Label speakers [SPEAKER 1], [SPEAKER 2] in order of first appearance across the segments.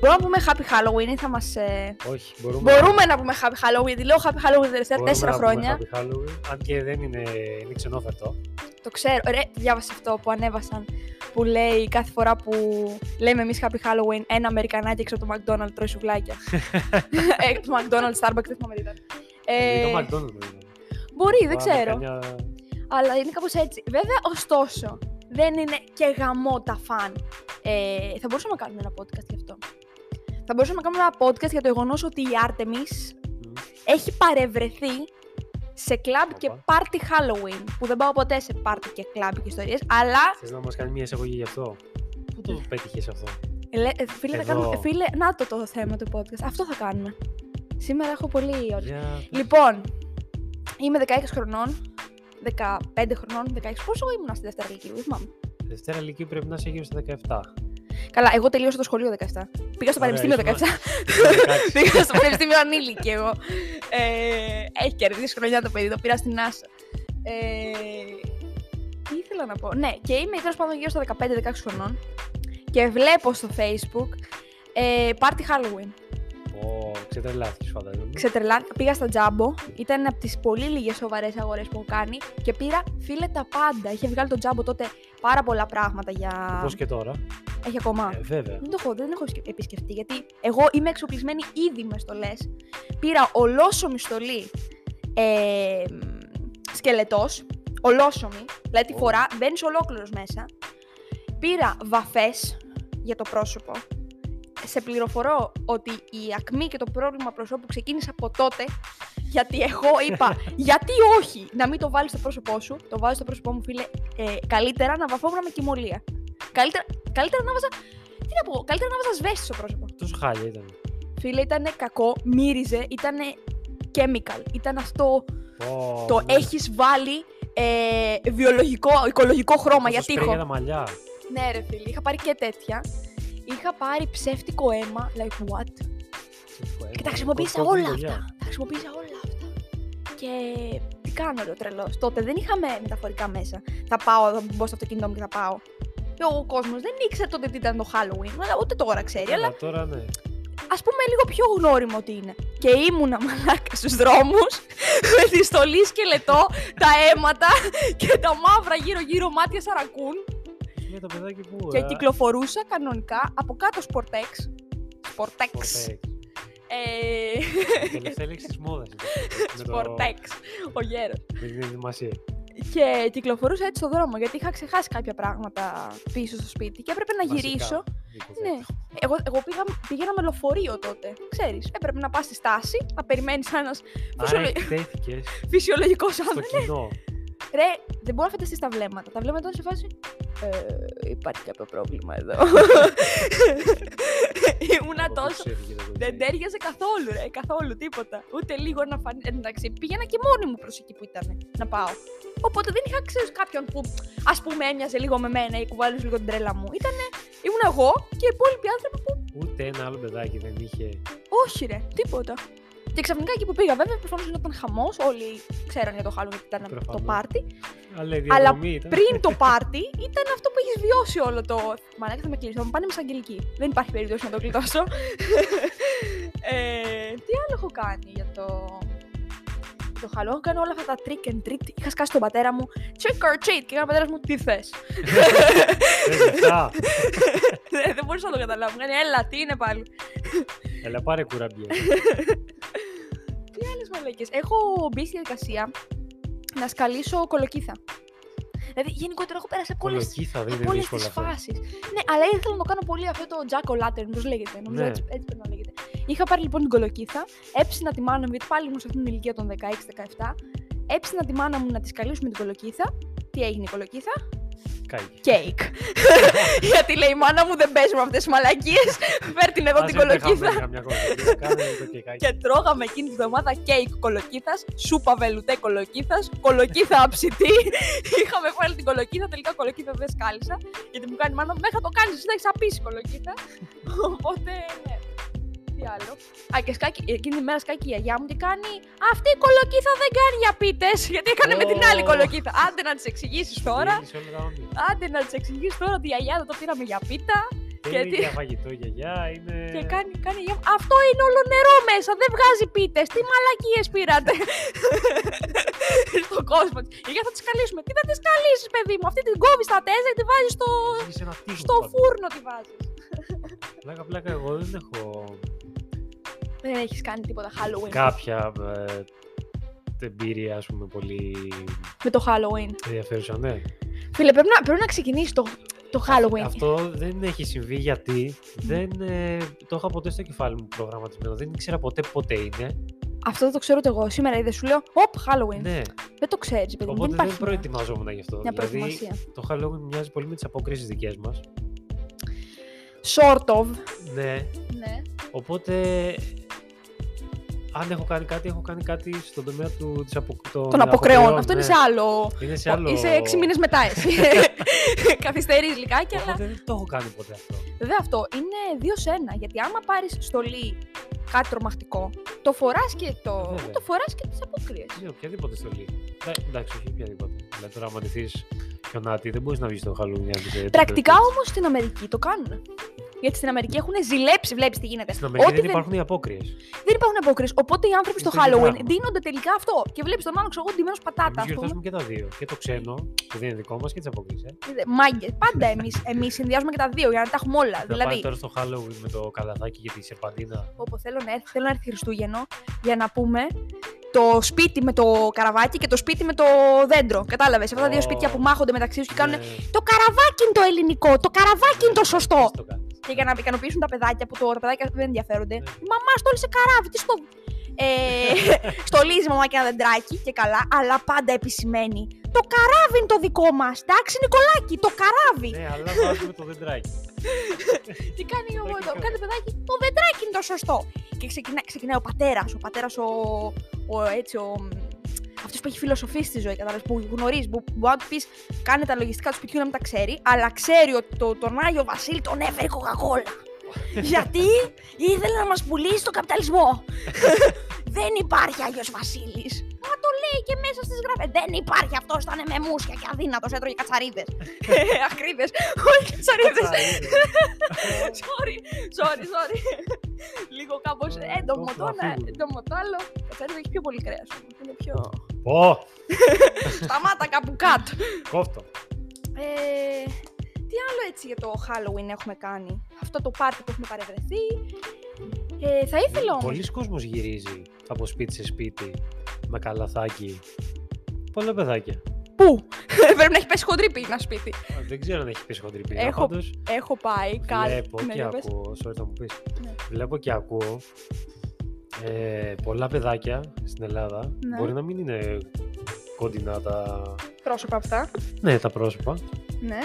[SPEAKER 1] Μπορούμε να πούμε Happy Halloween ή θα μας... ε,
[SPEAKER 2] Όχι, μπορούμε,
[SPEAKER 1] Μπορούμε να πούμε Happy Halloween, γιατί λέω Happy Halloween τα τελευταία
[SPEAKER 2] μπορούμε
[SPEAKER 1] τέσσερα
[SPEAKER 2] να πούμε
[SPEAKER 1] χρόνια.
[SPEAKER 2] Happy Halloween, αν και δεν είναι, είναι ξενόφερτο.
[SPEAKER 1] Το ξέρω. Ρε, διάβασα αυτό που ανέβασαν που λέει κάθε φορά που λέμε εμείς Happy Halloween ένα Αμερικανάκι έξω από το McDonald's τρώει σουβλάκια. Έξω από το McDonald's, Starbucks, δεν θυμάμαι τι ήταν.
[SPEAKER 2] Ε...
[SPEAKER 1] Ε,
[SPEAKER 2] Το McDonald's δεν είναι.
[SPEAKER 1] μπορεί, δεν
[SPEAKER 2] Μα,
[SPEAKER 1] ξέρω.
[SPEAKER 2] καμιά-
[SPEAKER 1] Αλλά είναι κάπως έτσι. Βέβαια, ωστόσο, δεν είναι και γαμό τα φαν. Ε, θα μπορούσαμε να κάνουμε ένα podcast γι' αυτό. Θα μπορούσαμε να κάνουμε ένα podcast για το γεγονός ότι η Artemis
[SPEAKER 2] Μμ.
[SPEAKER 1] έχει παρευρεθεί σε κλαμπ και
[SPEAKER 2] Οπα.
[SPEAKER 1] party Halloween. Που δεν πάω ποτέ σε party και κλαμπ και ιστορίες, αλλά
[SPEAKER 2] Θες να μας κάνει μια εισαγωγή γι' αυτό. Πού
[SPEAKER 1] Ναι.
[SPEAKER 2] το πέτυχες αυτό.
[SPEAKER 1] Λε, ε, φίλε, θα
[SPEAKER 2] Εδώ.
[SPEAKER 1] κάνουμε, φίλε, να το το θέμα του podcast. Αυτό θα κάνουμε. Σήμερα έχω πολύ ωραία.
[SPEAKER 2] Για...
[SPEAKER 1] Λοιπόν, είμαι 16 χρονών. 15 χρονών, 16. Πόσο ήμουν στη δεύτερη ηλικία, δεν θυμάμαι.
[SPEAKER 2] Δευτέρα ηλικία πρέπει να είσαι γύρω στα 17.
[SPEAKER 1] Καλά, εγώ τελείωσα το σχολείο 17. Πήγα στο
[SPEAKER 2] Ωραία,
[SPEAKER 1] πανεπιστήμιο 17.
[SPEAKER 2] ήσουν-
[SPEAKER 1] Πήγα στο πανεπιστήμιο ανήλικη εγώ. Ε, έχει κερδίσει χρονιά το παιδί, το πήρα στην Άσα. Ε, τι ήθελα να πω. Ναι, και είμαι τέλο πάντων γύρω στα 15-16 χρονών. Και βλέπω στο Facebook ε, party Halloween.
[SPEAKER 2] Ω, ξετρελάθηκες φαντάζομαι.
[SPEAKER 1] Ξετρελάθηκα, πήγα στα τζάμπο. Ήταν από τις πολύ λίγες σοβαρές αγορές που έχω κάνει και πήρα φίλε τα πάντα. Είχε βγάλει το τζάμπο τότε πάρα πολλά πράγματα για.
[SPEAKER 2] Όπως και τώρα.
[SPEAKER 1] Έχει ακόμα.
[SPEAKER 2] Ε, βέβαια.
[SPEAKER 1] Δεν το έχω, δεν έχω επισκε- επισκεφτεί γιατί εγώ είμαι εξοπλισμένη ήδη μες στολέ. Πήρα ολόσωμη στολή ε, σκελετός. Ολόσωμη. Δηλαδή τη
[SPEAKER 2] Ω.
[SPEAKER 1] φορά μπαίνεις ολόκληρος μέσα. Πήρα βαφές για το πρόσωπο. Σε πληροφορώ ότι η ακμή και το πρόβλημα προσώπου ξεκίνησε από τότε. Γιατί εγώ είπα, γιατί όχι να μην το βάλεις στο πρόσωπό σου. Το βάζω στο πρόσωπό μου, φίλε. Ε, καλύτερα να βαφόμουν με κοιμωλία. Καλύτερα, καλύτερα να βάζα τι να πω, καλύτερα να βάζα σβέστη στο πρόσωπο.
[SPEAKER 2] Τόσο χάλια ήταν.
[SPEAKER 1] Φίλε, ήταν κακό, μύριζε, ήταν chemical. Ήταν αυτό
[SPEAKER 2] Ω,
[SPEAKER 1] το
[SPEAKER 2] ναι.
[SPEAKER 1] έχεις βάλει ε, βιολογικό, οικολογικό χρώμα
[SPEAKER 2] Το
[SPEAKER 1] για
[SPEAKER 2] σπρέι
[SPEAKER 1] τείχο.
[SPEAKER 2] Για τα μαλλιά.
[SPEAKER 1] Ναι, ρε φίλε, είχα πάρει και τέτοια. Είχα πάρει ψεύτικο αίμα, like what. Και τα χρησιμοποίησα
[SPEAKER 2] Κόβει
[SPEAKER 1] όλα
[SPEAKER 2] δουλειά.
[SPEAKER 1] αυτά. Τα χρησιμοποίησα όλα αυτά. Και τι κάνω, ρε, τρελός. Τότε δεν είχαμε μεταφορικά μέσα. Θα πάω, θα μπω στο αυτοκίνητό μου και θα πάω. Ο κόσμος δεν ήξερε τότε τι ήταν το Halloween, αλλά ούτε τώρα ξέρει. Αλλά
[SPEAKER 2] Καλά, Τώρα ναι.
[SPEAKER 1] ας πούμε λίγο πιο γνώριμο ότι είναι. Και ήμουνα μαλάκα στους δρόμους με τη στολή σκελετό, τα αίματα και τα μαύρα γύρω-γύρω μάτια σαρακούν.
[SPEAKER 2] Είναι το παιδάκι που.
[SPEAKER 1] Και
[SPEAKER 2] ε,
[SPEAKER 1] κυκλοφορούσα κανονικά από κάτω σπορτέξ. Σπορτέξ.
[SPEAKER 2] Sportex.
[SPEAKER 1] Ε,
[SPEAKER 2] Η Τελευταία λέξη της μόδας. είναι το- με το-
[SPEAKER 1] Σπορτέξ. Ο γέρος.
[SPEAKER 2] Με την ενδυμασία.
[SPEAKER 1] Και κυκλοφορούσα έτσι στον δρόμο γιατί είχα ξεχάσει κάποια πράγματα πίσω στο σπίτι και έπρεπε να
[SPEAKER 2] Βασικά,
[SPEAKER 1] γυρίσω.
[SPEAKER 2] υποθέτω.
[SPEAKER 1] Ναι. Εγώ, εγώ πήγα, πήγαινα με λεωφορείο τότε. Ξέρεις, έπρεπε να πας στη στάση, να περιμένεις ένας
[SPEAKER 2] Άρα εκτέθηκες
[SPEAKER 1] φυσιολογικός άνθρωπο.
[SPEAKER 2] στο κοινό.
[SPEAKER 1] Ρε, δεν μπορώ να φανταστείς τα βλέμματα. Τα βλέμματα είναι σε φάση. Ε, υπάρχει κάποιο πρόβλημα εδώ. Ήμουνα
[SPEAKER 2] Από πού
[SPEAKER 1] τόσο.
[SPEAKER 2] ξέφυγε το
[SPEAKER 1] Δεν
[SPEAKER 2] κορίτσι.
[SPEAKER 1] τέριαζε καθόλου, ρε, καθόλου τίποτα. Ούτε λίγο να φανεί. Εντάξει, πήγαινα και μόνη μου προς εκεί που ήταν να πάω. Οπότε δεν είχα ξέρεις κάποιον που ας πούμε έμοιαζε λίγο με μένα ή κουβάλιζε λίγο την τρέλα μου. Ήτανε, ήμουν εγώ και οι υπόλοιποι άνθρωποι που
[SPEAKER 2] Ούτε ένα άλλο παιδάκι δεν είχε.
[SPEAKER 1] όχι, ρε, τίποτα. Και ξαφνικά εκεί που πήγα, βέβαια, προφανώς γινόταν χαμός. Όλοι ξέραν για το Halloween ότι ήταν το
[SPEAKER 2] Προφανώς.
[SPEAKER 1] πάρτι.
[SPEAKER 2] Αλλά η
[SPEAKER 1] Αλλά
[SPEAKER 2] διαδρομή ήταν.
[SPEAKER 1] πριν το πάρτι ήταν αυτό που έχεις βιώσει όλο το. Μαλάκα θα με κλείσει, θα μου πάνε με αγγελική. Δεν υπάρχει περίπτωση να το κλειδώσω. ε, τι άλλο έχω κάνει για το. Το χαλό, έχω κάνει όλα αυτά τα trick and treat. Είχα σκάσει τον πατέρα μου trick or treat και έκανε ο πατέρας μου τι θες.
[SPEAKER 2] Θες λεφτά?
[SPEAKER 1] Δεν μπορούσα να το καταλάβω. Μου Κάνει έλα, τι είναι πάλι.
[SPEAKER 2] Έλα πάρε κουραμπιέ.
[SPEAKER 1] Τι άλλε μαλακέ. Έχω μπει στη διαδικασία να σκαλίσω κολοκύθα. Δηλαδή, γενικότερα έχω πέρασει από όλες-
[SPEAKER 2] Κολοκύθα δεν
[SPEAKER 1] από
[SPEAKER 2] είναι
[SPEAKER 1] όλες τι
[SPEAKER 2] δύσκολο αυτό.
[SPEAKER 1] φάσεις. Ναι, αλλά ήθελα να το κάνω πολύ αυτό το Jack O'Lantern, πώς λέγεται. Νομίζω
[SPEAKER 2] Ναι.
[SPEAKER 1] έτσι, έτσι πρέπει να λέγεται. Είχα πάρει λοιπόν την κολοκύθα, έψηνα τη μάνα μου, γιατί πάλι ήμουν σε αυτήν την ηλικία των 16-17. Έψηνα τη μάνα μου να τη καλύψουμε την κολοκύθα. Τι έγινε η κολοκύθα,
[SPEAKER 2] Κάγει.
[SPEAKER 1] κέικ. γιατί λέει η μάνα μου δεν παίζουμε αυτές τις μαλακίες. Φέρ την εδώ
[SPEAKER 2] Άσε,
[SPEAKER 1] την
[SPEAKER 2] δεν
[SPEAKER 1] κολοκύθα.
[SPEAKER 2] χαμένα καμιά κολοκύθα. Κάνε το κεκάκι.
[SPEAKER 1] Και τρώγαμε εκείνη τη βδομάδα κέικ κολοκύθας, σούπα βελουτέ κολοκύθας, κολοκύθα αψητή. Είχαμε βάλει την κολοκύθα, τελικά κολοκύθα δεν σκάλισα. Γιατί μου κάνει μάνα, μέχρι θα το κάνεις, εσύ θα έχεις απίσει κολοκύθα. Οπότε, ναι. Τι άλλο. Α, και σκάκι, εκείνη τη μέρα σκάκι η γιαγιά μου και κάνει Αυτή η κολοκύθα δεν κάνει για πίτε, γιατί έκανε με την άλλη
[SPEAKER 2] Ω.
[SPEAKER 1] κολοκύθα. Άντε να τι εξηγήσει τώρα.
[SPEAKER 2] Γύρισε όλα τα όνειρα.
[SPEAKER 1] Άντε να τι εξηγήσεις τώρα ότι η γιαγιά δεν το πήραμε για πίτα.
[SPEAKER 2] ποτήρι,
[SPEAKER 1] τι-
[SPEAKER 2] για φαγητό η γιαγιά, είναι...
[SPEAKER 1] Και κάνει, κάνει γεμ- Αυτό είναι όλο νερό μέσα. Δεν βγάζει πίτες. Τι μαλακίες πήρατε. Στον κόσμο. Η γιαγιά θα τις καλύσουμε. Τι θα τις καλύσεις, παιδί μου. Αυτή την κόβεις στα τέσσερα και τη βάζεις στο,
[SPEAKER 2] Είναι σε ένα τείχος
[SPEAKER 1] στο
[SPEAKER 2] πάντα.
[SPEAKER 1] φούρνο. Τη βάζεις.
[SPEAKER 2] Πλάκα, πλάκα, εγώ δεν έχω
[SPEAKER 1] Δεν έχεις κάνει τίποτα Halloween.
[SPEAKER 2] κάποια ε, εμπειρία, ας πούμε, πολύ
[SPEAKER 1] Με το Halloween.
[SPEAKER 2] ενδιαφέρουσα, ναι.
[SPEAKER 1] Φίλε, πρέπει να, πρέπει να ξεκινήσεις το, το Halloween.
[SPEAKER 2] Αυτό δεν έχει συμβεί γιατί δεν ε, το είχα ποτέ στο κεφάλι μου προγραμματισμένο. Δεν ήξερα ποτέ ποτέ είναι.
[SPEAKER 1] Αυτό δεν το ξέρω ούτε εγώ. Σήμερα είδες, σου λέω, Ωπ, Halloween.
[SPEAKER 2] Ναι.
[SPEAKER 1] Δεν το ξέρεις, παιδί μου. Δεν
[SPEAKER 2] Οπότε δεν,
[SPEAKER 1] υπάρχει. μια-
[SPEAKER 2] προετοιμαζόμουν γι' αυτό.
[SPEAKER 1] Μια
[SPEAKER 2] δηλαδή,
[SPEAKER 1] προετοιμασία.
[SPEAKER 2] το Halloween μοιάζει πολύ με τις αποκρίσεις δικές μας.
[SPEAKER 1] Sort of.
[SPEAKER 2] Ναι.
[SPEAKER 1] Ναι.
[SPEAKER 2] Οπότε. Αν έχω κάνει κάτι, έχω κάνει κάτι στον τομέα του, της απο, των,
[SPEAKER 1] Των αποκρεών. Αυτό
[SPEAKER 2] ναι.
[SPEAKER 1] είναι σε άλλο.
[SPEAKER 2] Είναι σε άλλο.
[SPEAKER 1] Είσαι έξι μήνες μετά, εσύ. Καθυστερείς λιγάκι, αλλά.
[SPEAKER 2] Οπότε δεν το έχω κάνει ποτέ αυτό.
[SPEAKER 1] Βέβαια αυτό είναι δύο σε ένα. Γιατί άμα πάρεις στολή κάτι τρομακτικό, το φοράς και το.
[SPEAKER 2] Βέβαια.
[SPEAKER 1] Το φοράς και τις απόκριε.
[SPEAKER 2] Ναι, οποιαδήποτε στολή. Ε, εντάξει, όχι οποιαδήποτε. Δηλαδή τώρα, άμα ντυθεί χιονάτι, δεν μπορείς να βγεις στο Halloween. αν δεν-
[SPEAKER 1] Πρακτικά όμως στην Αμερική το κάνουν. Γιατί στην Αμερική έχουν ζηλέψει, βλέπεις τι γίνεται.
[SPEAKER 2] Στην Αμερική δεν
[SPEAKER 1] δεν,
[SPEAKER 2] υπάρχουν οι απόκριες.
[SPEAKER 1] δεν υπάρχουν απόκριες. Οπότε οι άνθρωποι στο
[SPEAKER 2] Είναι το ίδιο
[SPEAKER 1] Halloween
[SPEAKER 2] πράγμα.
[SPEAKER 1] δίνονται τελικά αυτό. Και βλέπεις τον άλλο, ξέρω εγώ, ντυμένος πατάτα.
[SPEAKER 2] Εμείς
[SPEAKER 1] ας πούμε.
[SPEAKER 2] γιορτάζουμε και τα δύο. Και το ξένο, που δεν είναι δικό μας, και τις απόκριες. Ε.
[SPEAKER 1] Μάγκε. Πάντα εμείς εμείς συνδυάζουμε και τα δύο για να τα έχουμε όλα.
[SPEAKER 2] Να πάει
[SPEAKER 1] δηλαδή,
[SPEAKER 2] τώρα στο Halloween με το καλαθάκι και τη σερπαντίνα.
[SPEAKER 1] όπου θέλω να έρθει, θέλω να έρθει Χριστούγεννο για να πούμε το σπίτι με το καραβάκι και το σπίτι με το δέντρο. Κατάλαβες. Αυτά τα δύο
[SPEAKER 2] Ω.
[SPEAKER 1] σπίτια που μάχονται μεταξύ τους και κάνουν.
[SPEAKER 2] Ναι,
[SPEAKER 1] Το καραβάκι είναι το ελληνικό, το καραβάκι είναι το σωστό.
[SPEAKER 2] πώς το κάνεις.
[SPEAKER 1] Και για να ικανοποιήσουν τα παιδάκια που τώρα τα παιδάκια δεν ενδιαφέρονται.
[SPEAKER 2] Ναι.
[SPEAKER 1] Η μαμά στόλισε καράβι, τι στο. Ε, στολίζει η μαμά και ένα δεντράκι και καλά, αλλά πάντα επισημαίνει. Το καράβι είναι το δικό μας, εντάξει, Νικολάκη, το καράβι.
[SPEAKER 2] Ναι, αλλά βάζουμε το δεντράκι.
[SPEAKER 1] Τι κάνει ο
[SPEAKER 2] Παιδάκι
[SPEAKER 1] το
[SPEAKER 2] κάνει.
[SPEAKER 1] Κάνει το παιδάκι, το δεντράκι είναι το σωστό. Και ξεκινά, ξεκινάει ο πατέρας, ο πατέρας ο, ο, έτσι, ο, αυτός που έχει φιλοσοφεί στη ζωή, κατάλαβες, που γνωρίζει, που μπορεί να του πεις: Κάνε τα λογιστικά του σπιτιού να μην τα ξέρει, αλλά ξέρει ότι το, τον Άγιο Βασίλη τον έφερε η Coca-Cola. Γιατί ήθελε να μας πουλήσει τον καπιταλισμό. Δεν υπάρχει Άγιος Βασίλης. Μα το λέει και μέσα στις γραφές. Δεν υπάρχει αυτός, ήταν με μουσια και αδύνατος, έτρωγε κατσαρίδες. Ακρίδες. Όχι κατσαρίδες. Sorry, sorry, sorry. Λίγο κάπως
[SPEAKER 2] Ε,
[SPEAKER 1] έντομο
[SPEAKER 2] το
[SPEAKER 1] το ένα,
[SPEAKER 2] φύγουμε.
[SPEAKER 1] έντομο το άλλο. Κατσαρίδα έχει πιο πολύ κρέας. Είναι πιο.
[SPEAKER 2] Πω,
[SPEAKER 1] Σταμάτα κάπου κάτω.
[SPEAKER 2] κόφτο.
[SPEAKER 1] Ε, τι άλλο έτσι για το Halloween έχουμε κάνει. Αυτό το πάρτι που έχουμε παρευρεθεί. Ε, θα ήθελα όμως.
[SPEAKER 2] Πολλοί κόσμος γυρίζει από σπίτι σε σπίτι με καλαθάκι. Πολλά παιδάκια.
[SPEAKER 1] Πού! Πρέπει να έχει πέσει χοντρή πίνα σπίτι.
[SPEAKER 2] Α, Δεν ξέρω αν έχει πέσει χοντρή πίνα.
[SPEAKER 1] Έχω
[SPEAKER 2] Πάντως,
[SPEAKER 1] Έχω πάει κάτι.
[SPEAKER 2] Βλέπω και ακούω, sorry θα μου πεις.
[SPEAKER 1] Ναι.
[SPEAKER 2] Βλέπω και ακούω ε, πολλά παιδάκια στην Ελλάδα.
[SPEAKER 1] Ναι.
[SPEAKER 2] Μπορεί να μην είναι κοντινά τα,
[SPEAKER 1] Πρόσωπα αυτά.
[SPEAKER 2] ναι, τα πρόσωπα.
[SPEAKER 1] Ναι.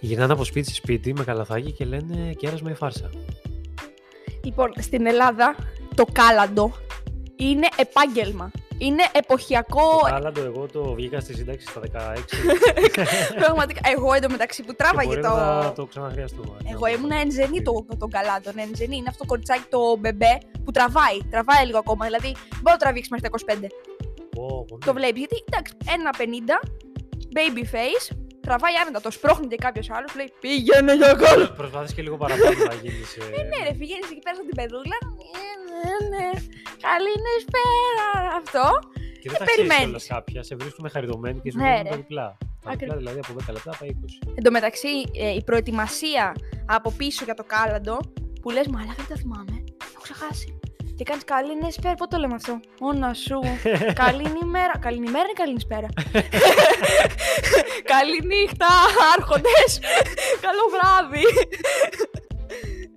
[SPEAKER 2] Γυρνάνε από σπίτι σε σπίτι με καλαθάκι και λένε κέρασμα ή φάρσα.
[SPEAKER 1] Λοιπόν, στην Ελλάδα το κάλαντο είναι επάγγελμα. Είναι εποχιακό
[SPEAKER 2] Το κάλαντο εγώ το βγήκα στη σύνταξη στα 16
[SPEAKER 1] Πραγματικά. Εγώ εντωμεταξύ που
[SPEAKER 2] και
[SPEAKER 1] τράβαγε
[SPEAKER 2] μπορεί
[SPEAKER 1] το.
[SPEAKER 2] να το ξαναχρειαστούμε.
[SPEAKER 1] Εγώ ήμουν ενζενή το, το, τον καλάντων. Ενζενή είναι αυτό το κοριτσάκι το μπεμπέ που τραβάει. Τραβάει λίγο ακόμα. Δηλαδή μπορεί να τραβήξει μέχρι τα 25.
[SPEAKER 2] Πω, πω, ναι.
[SPEAKER 1] Το βλέπει. Γιατί εντάξει, ένα 50, baby face, τραβάει άνετα. Το σπρώχνει και κάποιος άλλος. Λέει πήγαινε για κόλλο.
[SPEAKER 2] Προσπάθησε και λίγο παραπάνω να γίνεις. Ε...
[SPEAKER 1] Ναι, ρε, πηγαίνεις εκεί πέρα στην παιδούλα. Ε, ναι, ναι. Καλή νησπέρα. Αυτό.
[SPEAKER 2] και δεν τα
[SPEAKER 1] περιμένεις.
[SPEAKER 2] ξέρεις κιόλας κάποια. Σε βρίσκουν χαριτωμένη και σου
[SPEAKER 1] Ναι,
[SPEAKER 2] δίνουν
[SPEAKER 1] ρε.
[SPEAKER 2] τα διπλά. Τα διπλά
[SPEAKER 1] Ακριβώς.
[SPEAKER 2] δηλαδή από 10 λεπτά πάει 20.
[SPEAKER 1] Εν τω μεταξύ, ε, η προετοιμασία από πίσω για το κάλαντο που λες, μαλάκα δεν τα θυμάμαι. τα Έχω ξεχάσει. Και κάνεις καλή ναι, σπέρα. Πότε το λέμε αυτό. Όνα σου. Καληνημέρα. Καληνημέρα ή καληνισπέρα. Καληνύχτα, άρχοντες. Καλό βράδυ.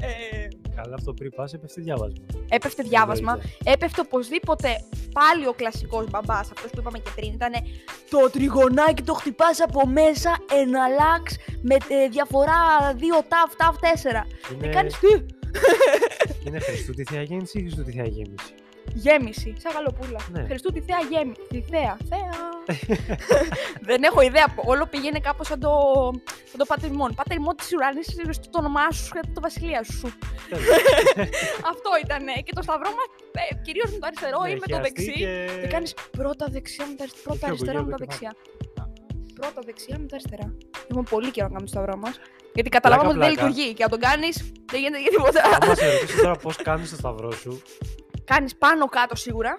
[SPEAKER 1] Ε,
[SPEAKER 2] Καλά αυτό πριν πας έπεφτε διάβασμα.
[SPEAKER 1] έπεφτε διάβασμα.
[SPEAKER 2] Εννοείται.
[SPEAKER 1] Έπεφτε οπωσδήποτε πάλι ο κλασικός μπαμπάς, αυτός που είπαμε και πριν, ήταν το τριγωνάκι το χτυπάς από μέσα, εναλλάξ με ε, διαφορά 2 ταφ, ταφ 4. Και
[SPEAKER 2] Είναι,
[SPEAKER 1] κάνεις τι,
[SPEAKER 2] είναι Χριστού τη Θεία Γέννηση ή Χριστού τη Θεία Γέμιση.
[SPEAKER 1] γέμιση, σαν γαλοπούλα.
[SPEAKER 2] Ναι.
[SPEAKER 1] Χριστού τη θέα γέμι. Τη θέα, θέα. Δεν έχω ιδέα. Όλο πηγαίνει κάπως σαν το, σαν το πατριμόν. Πατριμόν τη Ουρανή, το όνομά σου, το βασιλεία σου.
[SPEAKER 2] Τέλος.
[SPEAKER 1] Αυτό ήταν. Και το σταυρό μας κυρίως με το αριστερό ή
[SPEAKER 2] Ναι,
[SPEAKER 1] με το
[SPEAKER 2] χιαστεί
[SPEAKER 1] δεξί.
[SPEAKER 2] Και...
[SPEAKER 1] Και κάνεις πρώτα δεξιά μετά αριστερά. Πρώτα
[SPEAKER 2] πιο
[SPEAKER 1] αριστερά
[SPEAKER 2] κοντά
[SPEAKER 1] μετά
[SPEAKER 2] το
[SPEAKER 1] δεξιά. Πρώτα δεξιά μετά αριστερά. Έχουμε πολύ καιρό να κάνουμε το σταυρό μας. Γιατί καταλάβαμε ότι
[SPEAKER 2] Πλάκα,
[SPEAKER 1] δεν
[SPEAKER 2] πλάκα.
[SPEAKER 1] λειτουργεί. Και αν τον κάνεις, δεν γίνεται για τίποτα.
[SPEAKER 2] Άμα σε ρωτήσω τώρα πώς κάνεις το σταυρό σου,
[SPEAKER 1] κάνεις πάνω κάτω σίγουρα.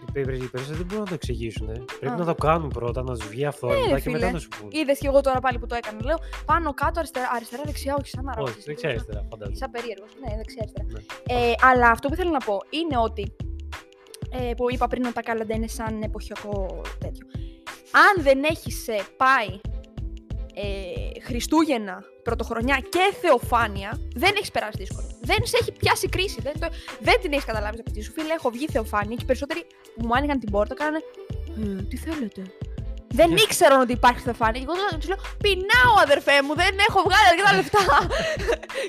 [SPEAKER 2] οι περι- οι περισσότεροι δεν μπορούν να το εξηγήσουν. Πρέπει
[SPEAKER 1] Α.
[SPEAKER 2] να το κάνουν πρώτα, να τους βγει
[SPEAKER 1] Ναι,
[SPEAKER 2] αυθόρμητα
[SPEAKER 1] ρε
[SPEAKER 2] και μετά
[SPEAKER 1] φίλε.
[SPEAKER 2] να σου πούν.
[SPEAKER 1] Είδες και εγώ τώρα πάλι που το έκανα. Λέω πάνω κάτω, αριστερά, αριστερά δεξιά, όχι σαν
[SPEAKER 2] Όχι,
[SPEAKER 1] αρρώστια.
[SPEAKER 2] δεν ξέρει τώρα, φαντάζομαι.
[SPEAKER 1] Σαν περίεργος. Ναι, δεξιά, αριστερά.
[SPEAKER 2] Ναι.
[SPEAKER 1] Ε, αλλά αυτό που θέλω να πω είναι ότι. Ε, που είπα πριν ότι τα κάλαντα είναι σαν εποχιακό τέτοιο. Αν δεν έχεις πάει ε, Χριστούγεννα, Πρωτοχρονιά και Θεοφάνεια, δεν έχεις περάσει δύσκολο. Δεν σε έχει πιάσει κρίση. Δεν, το, δεν την έχεις καταλάβει από τη σου. Φίλε, έχω βγει Θεοφάνεια και οι περισσότεροι που μου άνοιγαν την πόρτα κάνανε. «Ε, τι θέλετε. Δεν
[SPEAKER 2] Ναι.
[SPEAKER 1] ήξεραν ότι υπάρχει Θεοφάνεια. Και εγώ τους λέω: Πεινάω, αδερφέ μου, δεν έχω βγάλει αρκετά λεφτά.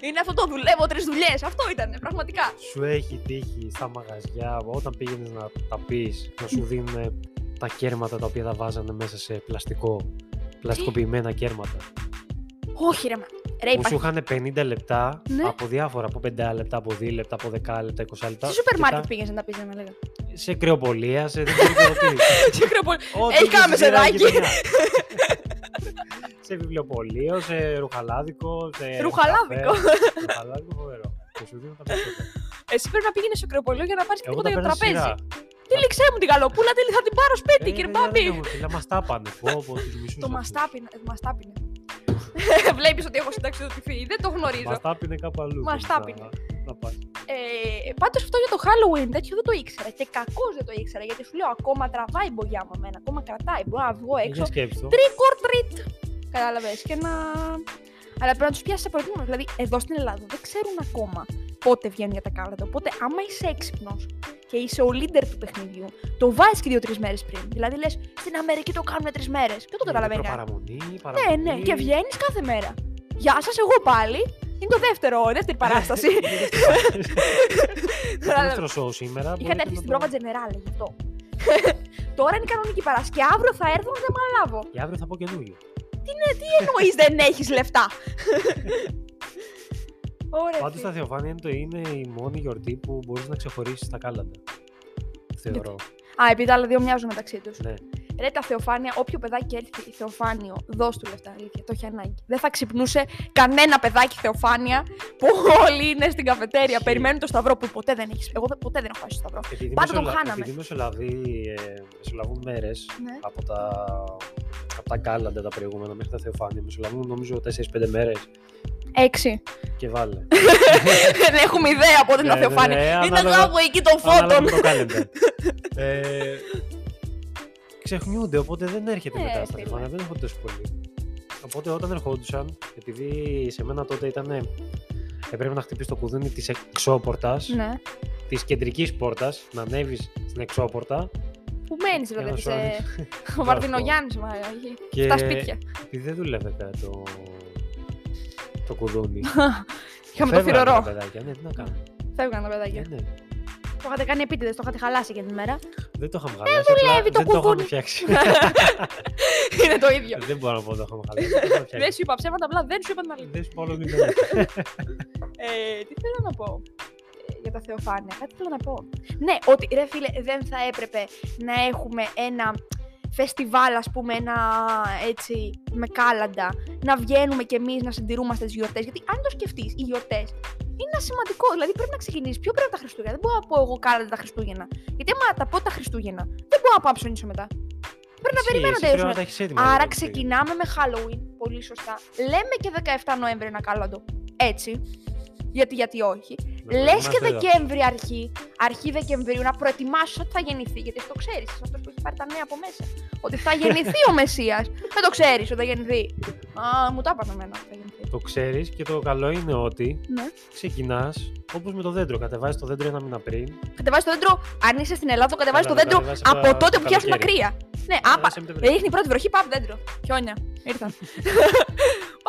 [SPEAKER 1] Είναι αυτό το δουλεύω τρεις δουλειές. Αυτό ήταν, πραγματικά.
[SPEAKER 2] Σου έχει τύχει στα μαγαζιά όταν πήγαινες να τα πεις, να σου δίνουν τα κέρματα τα οποία τα βάζανε μέσα σε πλαστικό. Πλαστικοποιημένα κέρματα.
[SPEAKER 1] Όχι, ρε, μα. Ρε,
[SPEAKER 2] που σου
[SPEAKER 1] Ε, υπάρχει.
[SPEAKER 2] είχαν 50 λεπτά
[SPEAKER 1] Ναι.
[SPEAKER 2] από διάφορα, από 5 λεπτά, από 2 λεπτά, από 10 λεπτά, 20 λεπτά.
[SPEAKER 1] Τι σούπερ
[SPEAKER 2] και
[SPEAKER 1] μάρκετ
[SPEAKER 2] τα-
[SPEAKER 1] πήγες να τα πεις, να λέγα.
[SPEAKER 2] Σε κρεοπολία, σε δεν ξέρω τι.
[SPEAKER 1] Συγχρονο-
[SPEAKER 2] Ό,τι
[SPEAKER 1] Έχει
[SPEAKER 2] και
[SPEAKER 1] κάνα
[SPEAKER 2] στην
[SPEAKER 1] μεσεδάκι.
[SPEAKER 2] γειτονιά. σε βιβλιοπωλείο, σε ρουχαλάδικο. Σε
[SPEAKER 1] Ρουχαλάδικο.
[SPEAKER 2] καφέ. ρουχαλάδικο, φοβερό. Και σου δίνουν τα περισσότερα.
[SPEAKER 1] Εσύ πρέπει να πήγαινες στο κρεοπολείο για να πάρεις και
[SPEAKER 2] Εγώ
[SPEAKER 1] τίποτα
[SPEAKER 2] τα
[SPEAKER 1] για το
[SPEAKER 2] παίρνω σε
[SPEAKER 1] τραπέζι.
[SPEAKER 2] σειρά. Ε, ναι,
[SPEAKER 1] Τι λεξέ μου την καλοπούλα, τι θα την πάρω σπίτι, κύριε Μπάμπη.
[SPEAKER 2] Μα τα πάνε. Πω, πω, τους μισούς
[SPEAKER 1] Το
[SPEAKER 2] αυτούς.
[SPEAKER 1] μαστάπινε. μαστάπινε. Βλέπει ότι έχω συνταξιδοτηθεί. Δεν το γνωρίζω.
[SPEAKER 2] Μαστάπινε κάπου αλλού.
[SPEAKER 1] Μας
[SPEAKER 2] θέλεις
[SPEAKER 1] τα
[SPEAKER 2] να-
[SPEAKER 1] πίνε.
[SPEAKER 2] να πας.
[SPEAKER 1] Ε, Πάντω αυτό για το Halloween τέτοιο δεν το ήξερα. Και κακώ δεν το ήξερα. Γιατί σου λέω ακόμα τραβάει η μπογιά μου εμένα. Ακόμα κρατάει. Μπορώ να βγω έξω.
[SPEAKER 2] Ε, Για σκέψου το.
[SPEAKER 1] Trick or treat. Κατάλαβε. Και να. Αλλά πρέπει να του πιάσει προηγούμενο. Δηλαδή, εδώ στην Ελλάδα δεν ξέρουν ακόμα πότε βγαίνουν για τα κάλατα. Οπότε, άμα είσαι έξυπνο και είσαι ο leader του παιχνιδιού, το βάζεις και δύο-τρει μέρες πριν. Δηλαδή, λες στην Αμερική το κάνουν τρεις μέρες. Και το
[SPEAKER 2] Είναι
[SPEAKER 1] καταλαβαίνει. κανένας.
[SPEAKER 2] προπαραμονή,
[SPEAKER 1] Ναι,
[SPEAKER 2] Ε, παραμονή.
[SPEAKER 1] ναι, και βγαίνεις κάθε μέρα. Γεια σας, εγώ πάλι. Είναι το δεύτερο, δεύτερη παράσταση.
[SPEAKER 2] Το δεύτερο σοου σήμερα.
[SPEAKER 1] Είχαν
[SPEAKER 2] μπορείτε
[SPEAKER 1] έρθει
[SPEAKER 2] να
[SPEAKER 1] στην
[SPEAKER 2] το-
[SPEAKER 1] πρόβα Τζενεράλε γι' αυτό. Τώρα είναι κανονική παράσταση. Και αύριο θα έρθω να με αναλάβω.
[SPEAKER 2] Και αύριο θα πω καινούριο.
[SPEAKER 1] εννοείς δεν έχεις λεφτά. Ωραία.
[SPEAKER 2] Πάντω τα Θεοφάνεια είναι, το- είναι η μόνη γιορτή που μπορείς να ξεχωρίσεις τα κάλαντα. Θεωρώ.
[SPEAKER 1] Α, επειδή τα άλλα δύο μοιάζουν μεταξύ τους.
[SPEAKER 2] Ναι.
[SPEAKER 1] Ρε τα θεοφάνεια, όποιο παιδάκι έρθει Θεοφάνιο, δώσ' του λεφτά. Αλήθεια, το έχει ανάγκη. Δεν θα ξυπνούσε κανένα παιδάκι Θεοφάνεια που όλοι είναι στην καφετέρια.
[SPEAKER 2] Ισχύει.
[SPEAKER 1] Περιμένουν το σταυρό που ποτέ δεν έχεις. Εγώ δεν- ποτέ δεν έχω χάσει το σταυρό.
[SPEAKER 2] Επειδή,
[SPEAKER 1] Πάντα τον
[SPEAKER 2] μεσολα-
[SPEAKER 1] χάναμε.
[SPEAKER 2] επειδή μεσολαβεί, ε, μεσολαβούν μέρες
[SPEAKER 1] Ναι.
[SPEAKER 2] από τα, από τα κάλαντα τα προηγούμενα μέχρι τα Θεοφάνεια, μεσολαβούν νομίζω 4-5 μέρες
[SPEAKER 1] Έξι.
[SPEAKER 2] και βάλε.
[SPEAKER 1] δεν έχουμε ιδέα από την
[SPEAKER 2] Ναι, ναι,
[SPEAKER 1] Θεοφάνεια.
[SPEAKER 2] ναι,
[SPEAKER 1] Είναι
[SPEAKER 2] ανάλογα-
[SPEAKER 1] κάπου εκεί των φώτων.
[SPEAKER 2] Ανάλογα με το κάλαντα. ε, ξεχνιούνται, οπότε δεν έρχεται
[SPEAKER 1] Ε,
[SPEAKER 2] μετά στα
[SPEAKER 1] φίλε.
[SPEAKER 2] Θεοφάνεια, δεν έρχονται τόσο πολύ. Οπότε όταν ερχόντουσαν, επειδή σε μένα τότε ήταν. Έπρεπε να χτυπήσεις το κουδούνι της εξώπορτας,
[SPEAKER 1] Ναι.
[SPEAKER 2] της κεντρικής πόρτας, να ανέβεις στην εξώπορτα.
[SPEAKER 1] Που μένεις, δηλαδή.
[SPEAKER 2] να
[SPEAKER 1] της,
[SPEAKER 2] σου
[SPEAKER 1] ε,
[SPEAKER 2] ανοίξει.
[SPEAKER 1] Ο Βαρδινογιάννης, μα έχει
[SPEAKER 2] Και
[SPEAKER 1] τα σπίτια.
[SPEAKER 2] επειδή δεν δούλευε κα- το, το κουδούνι.
[SPEAKER 1] Είχαμε το
[SPEAKER 2] Φεύγανε τα
[SPEAKER 1] θηρορό. Ε,
[SPEAKER 2] παιδάκια, Ναι, τι να κάνουμε.
[SPEAKER 1] Φεύγαν τα
[SPEAKER 2] Ναι,
[SPEAKER 1] παιδάκια.
[SPEAKER 2] ναι.
[SPEAKER 1] Το είχατε κάνει επίτηδες, το είχατε χαλάσει για τη μέρα.
[SPEAKER 2] Δεν το είχαμε χαλάσει. απλά
[SPEAKER 1] Ε, δουλεύει το
[SPEAKER 2] δεν το είχαμε
[SPEAKER 1] κουδούνι.
[SPEAKER 2] φτιάξει.
[SPEAKER 1] Είναι το ίδιο.
[SPEAKER 2] δεν μπορώ να πω ότι το είχαμε χαλάσει. δεν το είχαμε
[SPEAKER 1] Δεν
[SPEAKER 2] φτιάξει.
[SPEAKER 1] σου είπα ψέματα, απλά δεν σου είπα την αλήθεια.
[SPEAKER 2] Δεν σου πω άλλο μήνυμα.
[SPEAKER 1] Ε, τι θέλω να πω ε, για τα θεοφάνεια, κάτι θέλω να πω. Ναι, ότι ρε φίλε, δεν θα έπρεπε να έχουμε ένα φεστιβάλ, ας πούμε, ένα έτσι, με κάλαντα, να βγαίνουμε κι εμείς να συντηρούμαστε τις γιορτές, γιατί αν το σκεφτείς, οι γιορτές είναι ένα σημαντικό, δηλαδή πρέπει να ξεκινήσεις πιο πριν από τα Χριστούγεννα, δεν μπορώ να πω εγώ κάλαντα τα Χριστούγεννα, γιατί άμα τα πω τα Χριστούγεννα, δεν μπορώ να πάω να ψωνίσω μετά. Πρέπει να περιμένω τα Ιερουσαλήμ.
[SPEAKER 2] δηλαδή,
[SPEAKER 1] Άρα ξεκινάμε με Halloween, πολύ σωστά. Λέμε και 17 Νοέμβρη ένα κάλαντο. Έτσι. Γιατί, γιατί όχι. Λε και Δεκέμβρη αρχή, αρχή Δεκεμβρίου, να προετοιμάσει ότι θα γεννηθεί. Γιατί εσύ το ξέρεις, είσαι αυτός που έχει πάρει τα νέα από μέσα. Ότι θα γεννηθεί ο Μεσία. Δεν το ξέρεις ότι θα γεννηθεί. Α, μου τα είπαν εμένα ότι θα γεννηθεί.
[SPEAKER 2] Το ξέρεις και το καλό είναι ότι
[SPEAKER 1] Ναι.
[SPEAKER 2] ξεκινάς όπως με το δέντρο. Κατεβάζεις το δέντρο ένα μήνα πριν.
[SPEAKER 1] Κατεβάζεις το δέντρο, αν είσαι στην Ελλάδα, το κατεβάζεις το
[SPEAKER 2] Καλά,
[SPEAKER 1] δέντρο
[SPEAKER 2] το κατεβάζεις από
[SPEAKER 1] από
[SPEAKER 2] τα-
[SPEAKER 1] τότε
[SPEAKER 2] το
[SPEAKER 1] που πιάσουν τα
[SPEAKER 2] καλοκαίρι.
[SPEAKER 1] κρύα. Ναι,
[SPEAKER 2] Ένα
[SPEAKER 1] άπα.
[SPEAKER 2] Σεπτέμβριο.
[SPEAKER 1] Ρίχνει η πρώτη βροχή, πάμε δέντρο. Χιόνια. Ήρθαν.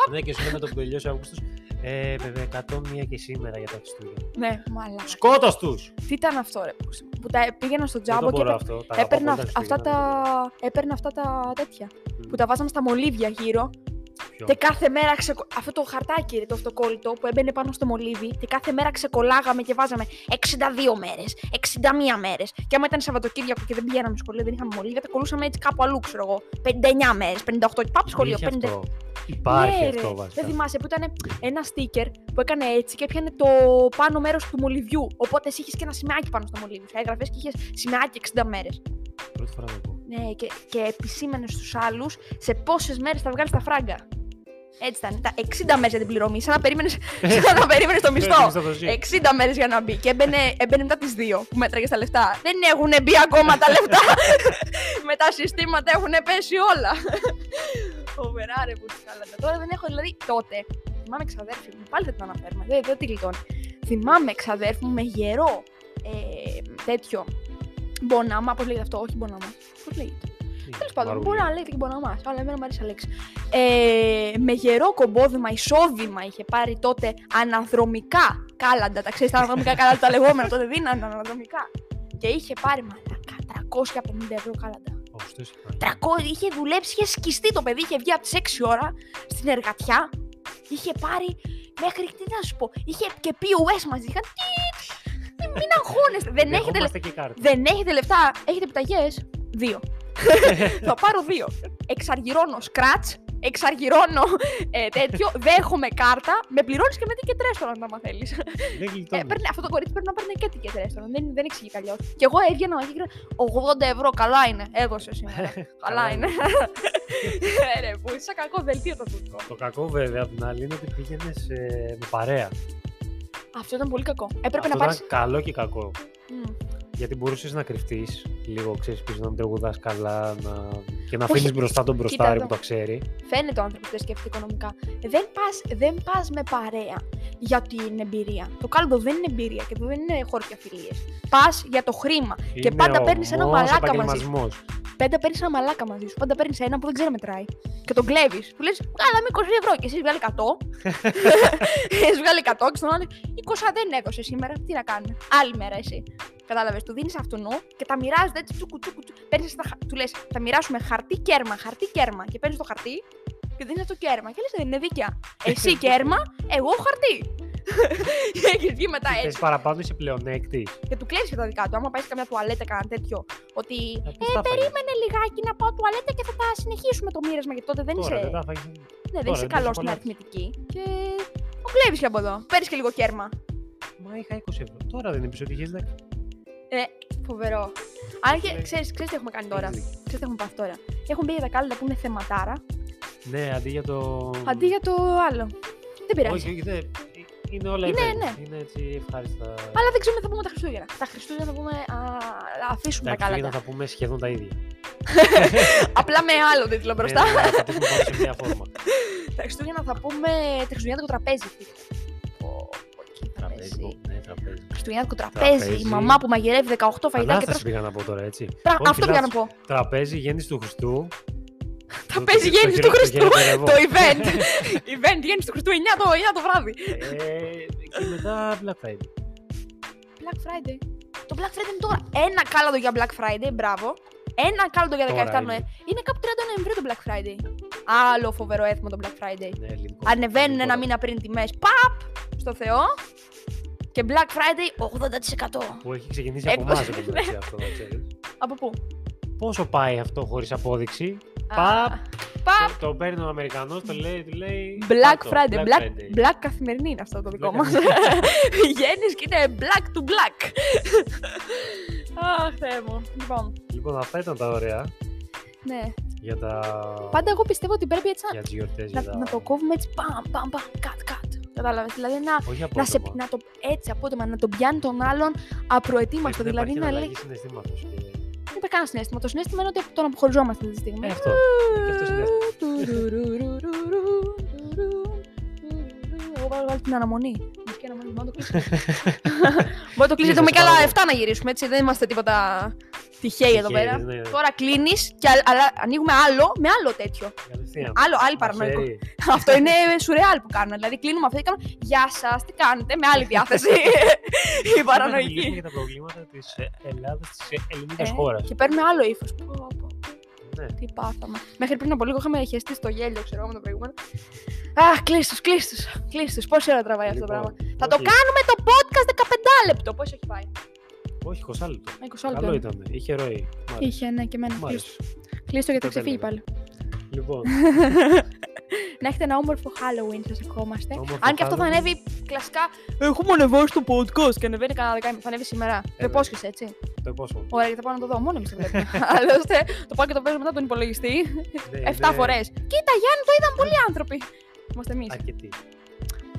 [SPEAKER 2] Ναι, και σου λέει με το που τελειώσει Αύγουστος. Ε, βέβαια, 101 και σήμερα για τα Χριστούγεννα.
[SPEAKER 1] ναι, μαλά.
[SPEAKER 2] Σκότα τους!
[SPEAKER 1] Τι ήταν αυτό, ρε. που- Που τα πήγαινα στο
[SPEAKER 2] Δεν το
[SPEAKER 1] τζάμπο και
[SPEAKER 2] μπορώ
[SPEAKER 1] έπαι-
[SPEAKER 2] αυτό. τα αγαπώ
[SPEAKER 1] έπαιρνα
[SPEAKER 2] πολύ
[SPEAKER 1] αυτά
[SPEAKER 2] Χριστούγεννα, δεν το μπορώ.
[SPEAKER 1] τα. Έπαιρνα αυτά τα τέτοια.
[SPEAKER 2] Μμ.
[SPEAKER 1] Που τα βάζαμε στα μολύβια γύρω.
[SPEAKER 2] Ποιο.
[SPEAKER 1] Και κάθε μέρα ξεκο... Αυτό το χαρτάκι ρε, το αυτοκόλλητο που έμπαινε πάνω στο μολύβι και κάθε μέρα ξεκολλάγαμε και βάζαμε 62 μέρε, 61 μέρες. Και άμα ήταν Σαββατοκύριακο και δεν πηγαίναμε σχολείο, δεν είχαμε μολύβια, τα κολλούσαμε έτσι κάπου αλλού, ξέρω εγώ. 59 μέρε, 58 και πάμε σχολείο.
[SPEAKER 2] Υπήρχε
[SPEAKER 1] 50...
[SPEAKER 2] αυτό. Υπάρχει
[SPEAKER 1] Ναι,
[SPEAKER 2] αυτό
[SPEAKER 1] ρε.
[SPEAKER 2] βασικά.
[SPEAKER 1] Δεν θυμάσαι που ήταν ένα στίκερ που έκανε έτσι και έπιανε το πάνω μέρος του μολυβιού. Οπότε εσύ είχες και ένα σημαίακι πάνω στο μολύβι. Θα έγραφες και είχες σημαίακι 60 μέρες.
[SPEAKER 2] Πρώτη φορά το ακούω.
[SPEAKER 1] Ναι, και, και επισήμενε στους άλλους σε πόσες μέρες θα βγάλεις τα φράγκα. Έτσι ήταν. Τα 60 μέρε για την πληρωμή. Σαν να περίμενες το μισθό. 60 μέρες για να μπει. Και έμπαινε, έμπαινε μετά τις 2 που μέτραγες τα λεφτά. Δεν έχουν μπει ακόμα τα λεφτά. Με τα συστήματα έχουν πέσει όλα. Φοβερά ρε που τους χάλατα. Τώρα δεν έχω, δηλαδή τότε. Θυμάμαι ξαδέρφη μου, πάλι θα την αναφέρουμε. Δεν, δεν τη γλιτώνει. Θυμάμαι ξαδέρφη μου με γερό ε, τέτοιο. Μπονάμα, πώς λέγεται αυτό, όχι μπονάμα. Πώς λέγεται. Τέλος πάντων, μπορεί να λέγεται και μποναμά, αλλά εμένα μου αρέσει να λέξει. Ε, με γερό κομπόδημα, εισόδημα είχε πάρει τότε αναδρομικά κάλαντα. Τα ξέρεις τα αναδρομικά κάλαντα, τα λεγόμενα τότε δίνανε αναδρομικά. Και είχε πάρει μαλακά 350 ευρώ κάλαντα. 300, είχε δουλέψει, είχε σκιστεί το παιδί, είχε βγει από τις 6 ώρα στην εργατιά. Είχε πάρει μέχρι, τι να σου πω, είχε και POS μαζί. Είχαν τιτ. Μην- Μην αγχώνεστε, δεν έχετε λεφτά. Δεν έχετε λεφτά, έχετε επιταγές. Δύο. θα πάρω δύο. Εξαργυρώνω σκράτ, εξαργυρώνω ε, τέτοιο, δέχομαι κάρτα, με πληρώνεις και με ticket restaurant άμα θέλεις.
[SPEAKER 2] Δεν
[SPEAKER 1] Ε,
[SPEAKER 2] γλιτώνεις.
[SPEAKER 1] παίρνει- αυτό το κορίτσι πρέπει να παίρνει και ticket restaurant, δεν, δεν εξηγεί αλλιώ. Και εγώ έβγαινα μαζί και έλεγα, 80 ευρώ, καλά είναι, έδωσε σήμερα. καλά
[SPEAKER 2] Καλά
[SPEAKER 1] είναι. Ε, Ρε, που είσαι κακό δελτίο το τουρκικό.
[SPEAKER 2] Το κακό βέβαια απ' την άλλη είναι ότι πήγαινες με παρέα.
[SPEAKER 1] Αυτό ήταν πολύ κακό. Έπρεπε
[SPEAKER 2] Αυτό
[SPEAKER 1] να πάρει.
[SPEAKER 2] ήταν καλό και κακό. Γιατί μπορούσες να κρυφτείς λίγο, ξέρεις πίσω να μην τραγουδάς καλά να... και να
[SPEAKER 1] Όχι,
[SPEAKER 2] αφήνεις μπροστά τον μπροστάρι
[SPEAKER 1] εδώ.
[SPEAKER 2] που τα ξέρει.
[SPEAKER 1] Φαίνεται ο άνθρωπος που το σκέφτεται οικονομικά. Δεν πας δεν πας με παρέα για την εμπειρία. Το κάλντο δεν είναι εμπειρία και δεν είναι χώρια φιλίε. Πας για το χρήμα. και πάντα παίρνεις ένα μαλάκα μαζί σου.
[SPEAKER 2] μαζί.
[SPEAKER 1] Πάντα παίρνεις ένα μαλάκα μαζί σου. Πάντα παίρνεις ένα που δεν ξέρει να μετράει. Και τον κλέβεις. Του λες, Καλά, με 20 ευρώ. Και εσύ βγάλει 100. εσύ βγάλει 100. Και στον άλλο, 20 δεν έδωσε σήμερα. Τι να κάνουμε. Άλλη μέρα εσύ. Κατάλαβες, του δίνεις αυτού και τα μοιράζεται έτσι τσούκου τσούκου. τσούκου. Παίρνεις τα, χα- του λες, θα μοιράσουμε χαρτί κέρμα, χαρτί κέρμα. Και παίρνεις το χαρτί και δίνεις το κέρμα. Και λες, δεν είναι δίκαια. Εσύ κέρμα, εγώ χαρτί. και έχεις βγει μετά
[SPEAKER 2] Θε
[SPEAKER 1] έτσι.
[SPEAKER 2] παραπάνω είσαι πλεονέκτη.
[SPEAKER 1] Και του κλέβεις και τα δικά του. Άμα πάει σε καμιά τουαλέτα, κανένα τέτοιο. Ότι
[SPEAKER 2] Ε, περίμενε
[SPEAKER 1] περίμενε λιγάκι να πάω τουαλέτα και θα τα συνεχίσουμε το μοίρασμα. Γιατί τότε δεν
[SPEAKER 2] Τώρα,
[SPEAKER 1] είσαι,
[SPEAKER 2] δεν τα φάγεις.
[SPEAKER 1] ναι, δεν
[SPEAKER 2] τώρα,
[SPEAKER 1] είσαι
[SPEAKER 2] δεν
[SPEAKER 1] καλός
[SPEAKER 2] είσαι
[SPEAKER 1] στην
[SPEAKER 2] πολλά.
[SPEAKER 1] αριθμητική. Και μου κλέβεις και από εδώ. Παίρνεις και λίγο κέρμα.
[SPEAKER 2] Μα είχα 20 ευρώ. Τώρα δεν είναι πίσω ότι είχες 10.
[SPEAKER 1] Ε, Φοβερό. Αν και
[SPEAKER 2] Ναι.
[SPEAKER 1] ξέρεις τι έχουμε κάνει τώρα.
[SPEAKER 2] Έχεις
[SPEAKER 1] Ξέρει
[SPEAKER 2] δίκιο.
[SPEAKER 1] τι έχουμε πάθει τώρα. Έχουν μπει για τα κάλαντα που είναι θεματάρα
[SPEAKER 2] Ναι, αντί για το.
[SPEAKER 1] αντί για το άλλο. Δεν πειράζει.
[SPEAKER 2] Όχι, όχι, δεν. Είναι όλα
[SPEAKER 1] Είναι,
[SPEAKER 2] events.
[SPEAKER 1] ναι.
[SPEAKER 2] Είναι έτσι ευχάριστα.
[SPEAKER 1] Αλλά δεν ξέρουμε τι θα πούμε τα Χριστούγεννα. Τα Χριστούγεννα θα πούμε. Α, αφήσουμε τα
[SPEAKER 2] Εντάξει,
[SPEAKER 1] κάλαντα.
[SPEAKER 2] Χριστούγεννα θα πούμε σχεδόν τα ίδια.
[SPEAKER 1] Απλά με άλλο τίτλο μπροστά.
[SPEAKER 2] Ναι, ναι, ναι, θα το πούμε πάνω σε μια φόρμα.
[SPEAKER 1] Τα Χριστούγεννα θα πούμε. Τα Χριστούγεννιάτικο τραπέζι. Πω, πω, εκεί τραπέζι.
[SPEAKER 2] Τραπέζι. Ναι, τραπέζι.
[SPEAKER 1] Χριστουγεννιάτικο τραπέζι,
[SPEAKER 2] Τραπέζι.
[SPEAKER 1] η μαμά που μαγειρεύει 18 φαγητά και
[SPEAKER 2] Ανάσταση
[SPEAKER 1] τρως...
[SPEAKER 2] πήγα να πω τώρα, έτσι.
[SPEAKER 1] Πρα...
[SPEAKER 2] Όχι,
[SPEAKER 1] Αυτό πήγα να
[SPEAKER 2] λάθος.
[SPEAKER 1] πω.
[SPEAKER 2] Τραπέζι γέννηση του Χριστού.
[SPEAKER 1] Τραπέζι γέννης του Χριστού.
[SPEAKER 2] χαιρετεύω.
[SPEAKER 1] Το event. event γέννης του Χριστού 9 το, 9 το βράδυ.
[SPEAKER 2] Ε, Και μετά Black Friday.
[SPEAKER 1] Black Friday. Το Black Friday είναι τώρα. Ένα κάλατο για Black Friday, μπράβο. Ένα κάλατο για 17
[SPEAKER 2] Τώρα
[SPEAKER 1] Νοεμβρίου.
[SPEAKER 2] είναι.
[SPEAKER 1] Είναι. κάπου 30 Νοεμβρίου το Black Friday. Άλλο φοβερό έθιμο το Black Friday.
[SPEAKER 2] Ναι, ελληνικό.
[SPEAKER 1] Ανεβαίνουν
[SPEAKER 2] Ελληνικό
[SPEAKER 1] ένα
[SPEAKER 2] να-
[SPEAKER 1] μήνα πριν τιμές. Παπ! Στο Θεό. Και Black Friday 80%.
[SPEAKER 2] Που έχει ξεκινήσει από εμά
[SPEAKER 1] Έκδοση.
[SPEAKER 2] αυτό, να ξέρεις.
[SPEAKER 1] Από πού?
[SPEAKER 2] Πόσο πάει αυτό χωρίς απόδειξη.
[SPEAKER 1] Α,
[SPEAKER 2] Παπ.
[SPEAKER 1] Παπ!
[SPEAKER 2] Το παίρνει ο Αμερικανός, το λέει. του λέει
[SPEAKER 1] Black
[SPEAKER 2] «Κάτω,
[SPEAKER 1] Friday, Black, Black καθημερινή είναι αυτό το δικό
[SPEAKER 2] Black
[SPEAKER 1] μας. Πηγαίνεις και είναι Black to Black. Αχ, Θεέ μου. Λοιπόν,
[SPEAKER 2] Λοιπόν, αυτά ήταν τα ωραία
[SPEAKER 1] ναι.
[SPEAKER 2] για τα.
[SPEAKER 1] Πάντα εγώ πιστεύω ότι πρέπει έτσι να-
[SPEAKER 2] Για τις γιορτές.
[SPEAKER 1] να, να, το κόβουμε έτσι παμ, παμ, παμ, κατ, κατ. Κατάλαβες, δηλαδή να,
[SPEAKER 2] Όχι
[SPEAKER 1] να, σε,
[SPEAKER 2] απότομα.
[SPEAKER 1] να το, έτσι απότομα, να τον πιάνει τον άλλον απροετοίμαστο.
[SPEAKER 2] Επειδή
[SPEAKER 1] Δηλαδή
[SPEAKER 2] Ε, υπάρχει
[SPEAKER 1] να λέει,
[SPEAKER 2] εναλλαγή συναισθήματος ε. και-
[SPEAKER 1] δεν είπε κανένα συνέστημα. Το συνέστημα είναι ότι τον αποχωριζόμαστε αυτή τη στιγμή.
[SPEAKER 2] Ε, αυτό. Και αυτό συνέστημα.
[SPEAKER 1] Εγώ πάω να βάλω την αναμονή. Μουσική αναμονή, μπορώ να το κλείσω. Μπορώ να το κλείσω. με κι άλλα
[SPEAKER 2] Κλείσες,
[SPEAKER 1] 7 να γυρίσουμε, έτσι. Δεν είμαστε τίποτα τυχαίοι εδώ
[SPEAKER 2] Τυχαίες,
[SPEAKER 1] πέρα.
[SPEAKER 2] ναι.
[SPEAKER 1] Τώρα κλείνεις, αλλά ανοίγουμε άλλο με άλλο τέτοιο.
[SPEAKER 2] Κατευθείαν.
[SPEAKER 1] Άλλο, άλλη παρανοϊκό.
[SPEAKER 2] Ναι. Μαχαίρι.
[SPEAKER 1] Αυτό είναι σουρεάλ που κάνουμε. Δηλαδή κλείνουμε αυτό και κάνουμε Γεια σας, τι κάνετε, με άλλη διάθεση. Η
[SPEAKER 2] Πρέπει να μιλήσουμε
[SPEAKER 1] παρανοϊκή.
[SPEAKER 2] ε, για τα προβλήματα της Ελλάδας, της
[SPEAKER 1] Ε,
[SPEAKER 2] ελληνικής χώρας.
[SPEAKER 1] Και παίρνουμε άλλο ύφος.
[SPEAKER 2] Ναι.
[SPEAKER 1] Τι πάθαμε. Μέχρι πριν από λίγο είχαμε χεστεί στο γέλιο, ξέρω εγώ με το προηγούμενο. Αχ, κλείστος, κλείστος, κλείστος. Πόση ώρα τραβάει αυτό το πράγμα. Θα το
[SPEAKER 2] Λοιπόν, όχι-
[SPEAKER 1] κάνουμε το podcast 15 λεπτό. Πόσο έχει πάει.
[SPEAKER 2] Όχι, 20 λεπτό.
[SPEAKER 1] Ένα 20
[SPEAKER 2] Καλό
[SPEAKER 1] λεπτό.
[SPEAKER 2] ήταν. Είχε ροή. Μ' άρεσε.
[SPEAKER 1] Είχε, ναι, και εμένα.
[SPEAKER 2] Μ'
[SPEAKER 1] Κλείστο.
[SPEAKER 2] άρεσε.
[SPEAKER 1] Κλείστο γιατί θα
[SPEAKER 2] Κατάλαβα.
[SPEAKER 1] ξεφύγει πάλι.
[SPEAKER 2] Λοιπόν,
[SPEAKER 1] να έχετε ένα όμορφο Halloween, σας ευχόμαστε.
[SPEAKER 2] Όμορφο
[SPEAKER 1] Αν και αυτό θα
[SPEAKER 2] Halloween.
[SPEAKER 1] ανέβει κλασικά. Έχουμε ανεβάσει το podcast και ανεβαίνει κανένα δεκάμι. Θα ανέβει σήμερα. Το
[SPEAKER 2] βέβαια.
[SPEAKER 1] υπόσχεσαι, έτσι.
[SPEAKER 2] το υπόσχομαι.
[SPEAKER 1] Ωραία, γιατί θα πάω να το δω. Μόνο εμεί το βλέπουμε. Άλλωστε, το πάω και το παίζω μετά τον υπολογιστή.
[SPEAKER 2] Ναι,
[SPEAKER 1] 7
[SPEAKER 2] είναι
[SPEAKER 1] φορές. Κοίτα, Γιάννη, το είδαν πολλοί άνθρωποι. Είμαστε εμείς.
[SPEAKER 2] Αρκετή.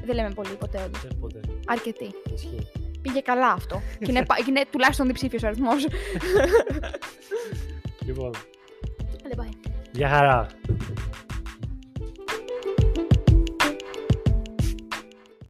[SPEAKER 1] Δεν λέμε πολύ ποτέ όντω.
[SPEAKER 2] Δεν ποτέ.
[SPEAKER 1] Αρκετοί.
[SPEAKER 2] Ισχύει.
[SPEAKER 1] Πήγε καλά αυτό. και είναι, πα- είναι τουλάχιστον διψήφιος αριθμός.
[SPEAKER 2] Λοιπόν,
[SPEAKER 1] Δεν πάει.
[SPEAKER 2] γεια Λοιπόν, χαρά.